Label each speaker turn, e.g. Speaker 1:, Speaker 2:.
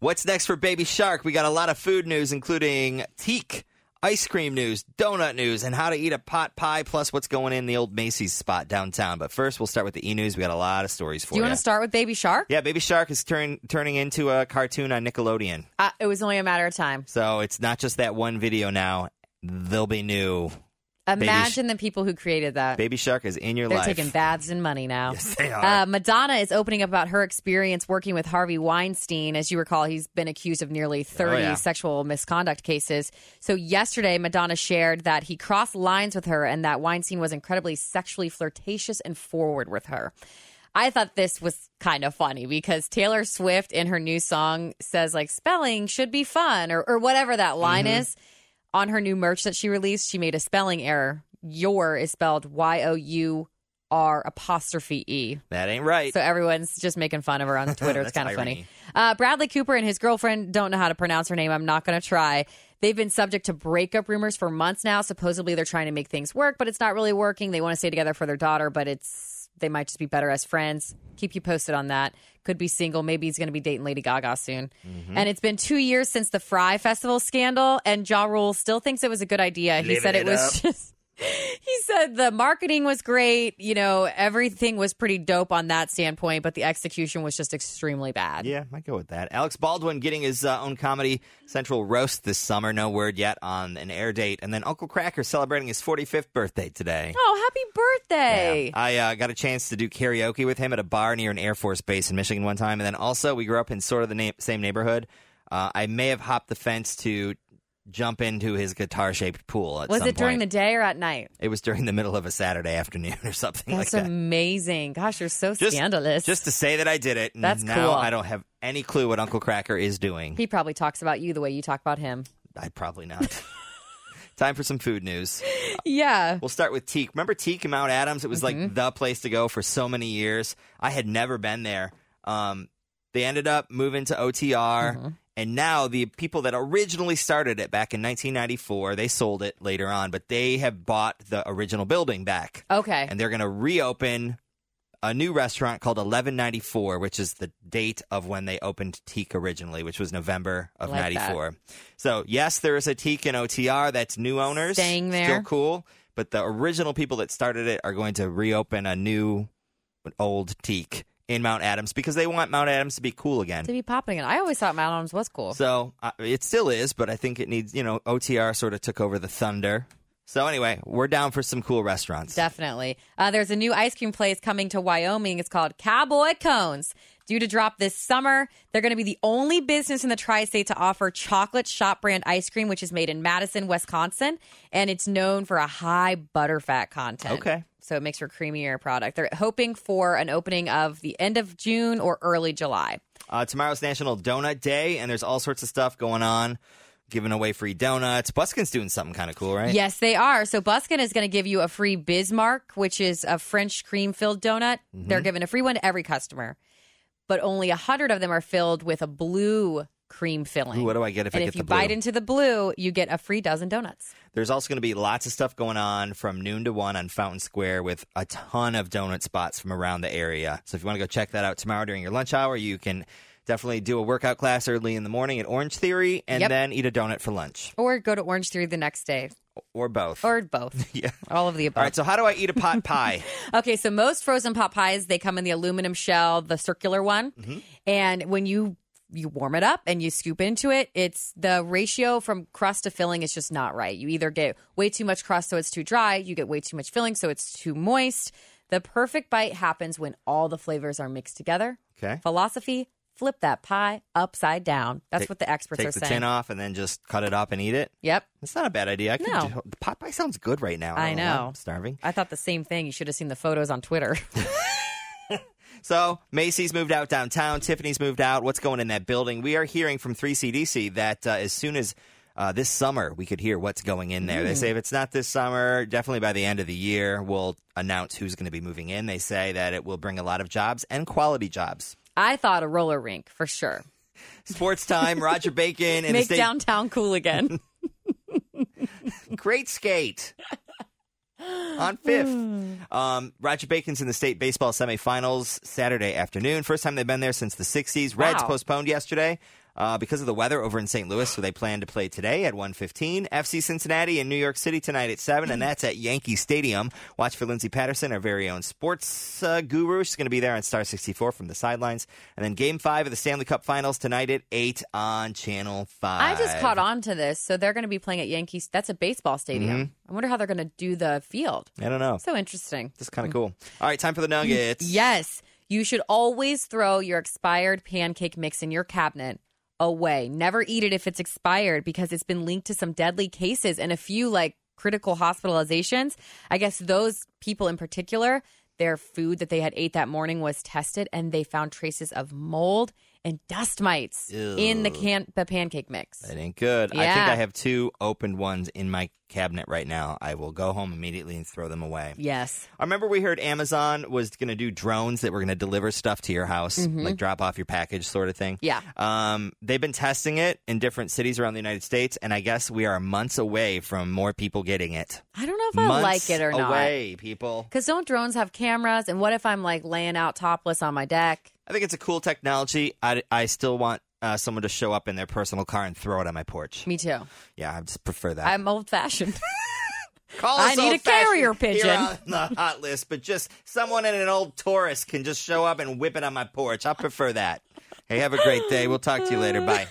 Speaker 1: What's next for Baby Shark? We got a lot of food news, including teak, ice cream news, donut news, and how to eat a pot pie, plus what's going in the old Macy's spot downtown. But first, we'll start with the e news. We got a lot of stories for
Speaker 2: Do you
Speaker 1: you.
Speaker 2: want to start with Baby Shark?
Speaker 1: yeah, Baby Shark is turn, turning into a cartoon on Nickelodeon.
Speaker 2: Uh, it was only a matter of time.
Speaker 1: So it's not just that one video now. They'll be new. Sh-
Speaker 2: Imagine the people who created that.
Speaker 1: Baby Shark is in your
Speaker 2: They're
Speaker 1: life.
Speaker 2: taking baths in money now.
Speaker 1: Yes, they are.
Speaker 2: Uh, Madonna is opening up about her experience working with Harvey Weinstein. As you recall, he's been accused of nearly 30
Speaker 1: yeah.
Speaker 2: sexual misconduct cases. So, yesterday, Madonna shared that he crossed lines with her and that Weinstein was incredibly sexually flirtatious and forward with her. I thought this was kind of funny because Taylor Swift in her new song says, like, spelling should be fun or, or whatever that line is. On her new merch that she released, she made a spelling error. Your is spelled Y O U R apostrophe E.
Speaker 1: that ain't right.
Speaker 2: So everyone's just making fun of her on Twitter. it's
Speaker 1: That's
Speaker 2: kind of funny.
Speaker 1: irony.
Speaker 2: Uh, Bradley Cooper and his girlfriend don't know how to pronounce her name. I'm not going to try. They've been subject to breakup rumors for months now. Supposedly they're trying to make things work, but it's not really working. They want to stay together for their daughter, but it's they might just be better as friends. Keep you posted on that. Could be single. Maybe he's going to be dating Lady Gaga soon.
Speaker 1: Mm-hmm.
Speaker 2: And it's been two years since the Fry Festival scandal, and Ja Rule still thinks it was a good idea. he
Speaker 1: Living
Speaker 2: said it
Speaker 1: it
Speaker 2: was
Speaker 1: up.
Speaker 2: just he said the marketing was great. You know, everything was pretty dope on that standpoint, but the execution was just extremely bad.
Speaker 1: Yeah, I go with that. Alex Baldwin getting his uh, own comedy Central roast this summer. No word yet on an air date. And then Uncle Cracker celebrating his 45th birthday today.
Speaker 2: Oh, happy birthday.
Speaker 1: Yeah. I uh, got a chance to do karaoke with him at a bar near an Air Force base in Michigan one time. And then also, we grew up in sort of the na- same neighborhood. Uh, I may have hopped the fence to jump into his guitar shaped pool. At
Speaker 2: Was
Speaker 1: some
Speaker 2: it during the
Speaker 1: point.
Speaker 2: day or at night?
Speaker 1: It was during the middle of a Saturday afternoon or something
Speaker 2: That's
Speaker 1: like that.
Speaker 2: amazing. Gosh, you're so
Speaker 1: Just-
Speaker 2: scandalous.
Speaker 1: Just to say that I did it. and
Speaker 2: That's
Speaker 1: now
Speaker 2: cool.
Speaker 1: I don't have any clue what Uncle Cracker is doing.
Speaker 2: he probably talks about you the way you talk about him.
Speaker 1: I probably not. Time for some food news.
Speaker 2: Yeah.
Speaker 1: We'll start with Teak. Remember Teak in Mount Adams? It was like the place to go for so many years. I had never been there. Um, they ended up moving to OTR, and now the people that originally started it back in 1994, they sold it later on, but they have bought the original building back,
Speaker 2: Okay.
Speaker 1: and they're going to reopen a new restaurant called 1194, which is the date of when they opened Teak originally, which was November of
Speaker 2: Like that.
Speaker 1: 94. So, yes, there is a Teak in OTR that's new owners.
Speaker 2: Staying there.
Speaker 1: Still cool. But the original people that started it are going to reopen a new old Teak in Mount Adams because they want Mount Adams to be cool again.
Speaker 2: to be popping it. I always thought Mount Adams was cool.
Speaker 1: So uh, it still is, but I think it needs, you know, OTR sort of took over the thunder. So anyway, we're down for some cool restaurants.
Speaker 2: Definitely. Uh, there's a new ice cream place coming to Wyoming. It's called Cowboy Cones. Due to drop this summer, they're going to be the only business in the tri state to offer chocolate shop brand ice cream, which is made in Madison, Wisconsin. And it's known for a high butterfat content.
Speaker 1: Okay.
Speaker 2: So it makes for creamier product. They're hoping for an opening of the end of June or early July.
Speaker 1: Uh, tomorrow's National Donut Day, and there's all sorts of stuff going on, giving away free donuts. Buskin's doing something kind of cool, right?
Speaker 2: Yes, they are. So Buskin is going to give you a free Bismarck, which is a French cream filled donut.
Speaker 1: Mm-hmm.
Speaker 2: They're giving a free one to every customer, but only a hundred of them are filled with a blue cream filling.
Speaker 1: Ooh, what do I get if
Speaker 2: and
Speaker 1: I
Speaker 2: if
Speaker 1: get
Speaker 2: you
Speaker 1: the blue?
Speaker 2: bite into the blue, you get a free dozen donuts.
Speaker 1: There's also going to be lots of stuff going on from noon to one on Fountain Square with a ton of donut spots from around the area. So if you want to go check that out tomorrow during your lunch hour, you can definitely do a workout class early in the morning at Orange Theory and
Speaker 2: Yep.
Speaker 1: then eat a donut for lunch
Speaker 2: Or go to Orange Theory the next day,
Speaker 1: or both.
Speaker 2: or both.
Speaker 1: Yeah.
Speaker 2: All of the above.
Speaker 1: all right, so how do I eat a pot pie?
Speaker 2: Okay, so most frozen pot pies they come in the aluminum shell, the circular one,
Speaker 1: Mm-hmm.
Speaker 2: and when you you warm it up and you scoop into it, it's the ratio from crust to filling is just not right. You either get way too much crust so it's too dry, you get way too much filling so it's too moist. The perfect bite happens when all the flavors are mixed together.
Speaker 1: Okay.
Speaker 2: Philosophy, flip that pie upside down. That's what the experts
Speaker 1: Take
Speaker 2: are
Speaker 1: the
Speaker 2: saying.
Speaker 1: tin off and then just cut it up and eat it.
Speaker 2: Yep.
Speaker 1: It's not a bad idea. I could
Speaker 2: No.
Speaker 1: do- the pot pie sounds good right now.
Speaker 2: I
Speaker 1: don't why.
Speaker 2: know.
Speaker 1: I'm starving.
Speaker 2: I thought the same thing. You should have seen the photos on Twitter.
Speaker 1: So Macy's moved out downtown. Tiffany's moved out. What's going in that building? We are hearing from 3CDC that uh, as soon as uh, this summer, we could hear what's going in there.
Speaker 2: Mm.
Speaker 1: They say if it's not this summer, definitely by the end of the year, we'll announce who's going to be moving in. They say that it will bring a lot of jobs and quality jobs.
Speaker 2: I thought a roller rink for sure.
Speaker 1: Sports time, Roger Bacon, and the
Speaker 2: Make
Speaker 1: state-
Speaker 2: downtown cool again.
Speaker 1: Great skate. On
Speaker 2: Hmm.
Speaker 1: fifth, um, Roger Bacon's in the state baseball semifinals Saturday afternoon. First time they've been there since the '60s. Reds
Speaker 2: Wow.
Speaker 1: postponed yesterday. uh, because of the weather over in St. Louis. So they plan to play today at 1:15. FC Cincinnati in New York City tonight at seven,
Speaker 2: Hmm.
Speaker 1: and that's at Yankee Stadium. Watch for Lindsey Patterson, our very own sports uh, guru. She's going to be there on Star 64 from the sidelines. And then Game Five of the Stanley Cup Finals tonight at eight on Channel
Speaker 2: I
Speaker 1: Five.
Speaker 2: just caught on to this. So they're going to be playing at Yankees. That's a baseball stadium. I wonder how they're going to do the field.
Speaker 1: I don't know.
Speaker 2: So interesting.
Speaker 1: That's kind of cool. All right, time for the Nuggets.
Speaker 2: Yes, you should always throw your expired pancake mix in your cabinet away. Never eat it if it's expired because it's been linked to some deadly cases and a few like critical hospitalizations. I guess those people in particular, their food that they had ate that morning was tested and they found traces of mold and dust mites in the can the pancake mix.
Speaker 1: That ain't good. I think
Speaker 2: Yeah.
Speaker 1: I have two opened ones in my cabinet right now. I will go home immediately and throw them away.
Speaker 2: Yes.
Speaker 1: I remember we heard Amazon was going to do drones that were going to deliver stuff to your house, like drop off your package sort of thing.
Speaker 2: Mm-hmm. Yeah.
Speaker 1: Um, they've been testing it in different cities around the United States, and I guess we are months away from more people getting it.
Speaker 2: I don't know if I
Speaker 1: months
Speaker 2: like it or not.
Speaker 1: away, people.
Speaker 2: Because don't drones have cameras? And what if I'm like laying out topless on my deck?
Speaker 1: I think it's a cool technology. I, I still want uh, someone to show up in their personal car and throw it on my porch.
Speaker 2: Me too.
Speaker 1: Yeah, I just prefer that.
Speaker 2: I'm old fashioned.
Speaker 1: Call
Speaker 2: I
Speaker 1: us
Speaker 2: need a
Speaker 1: old-fashioned
Speaker 2: carrier pigeon.
Speaker 1: Here on the hot list, but just someone in an old Taurus can just show up and whip it on my porch. I prefer that. Hey, have a great day. We'll talk to you later. Bye.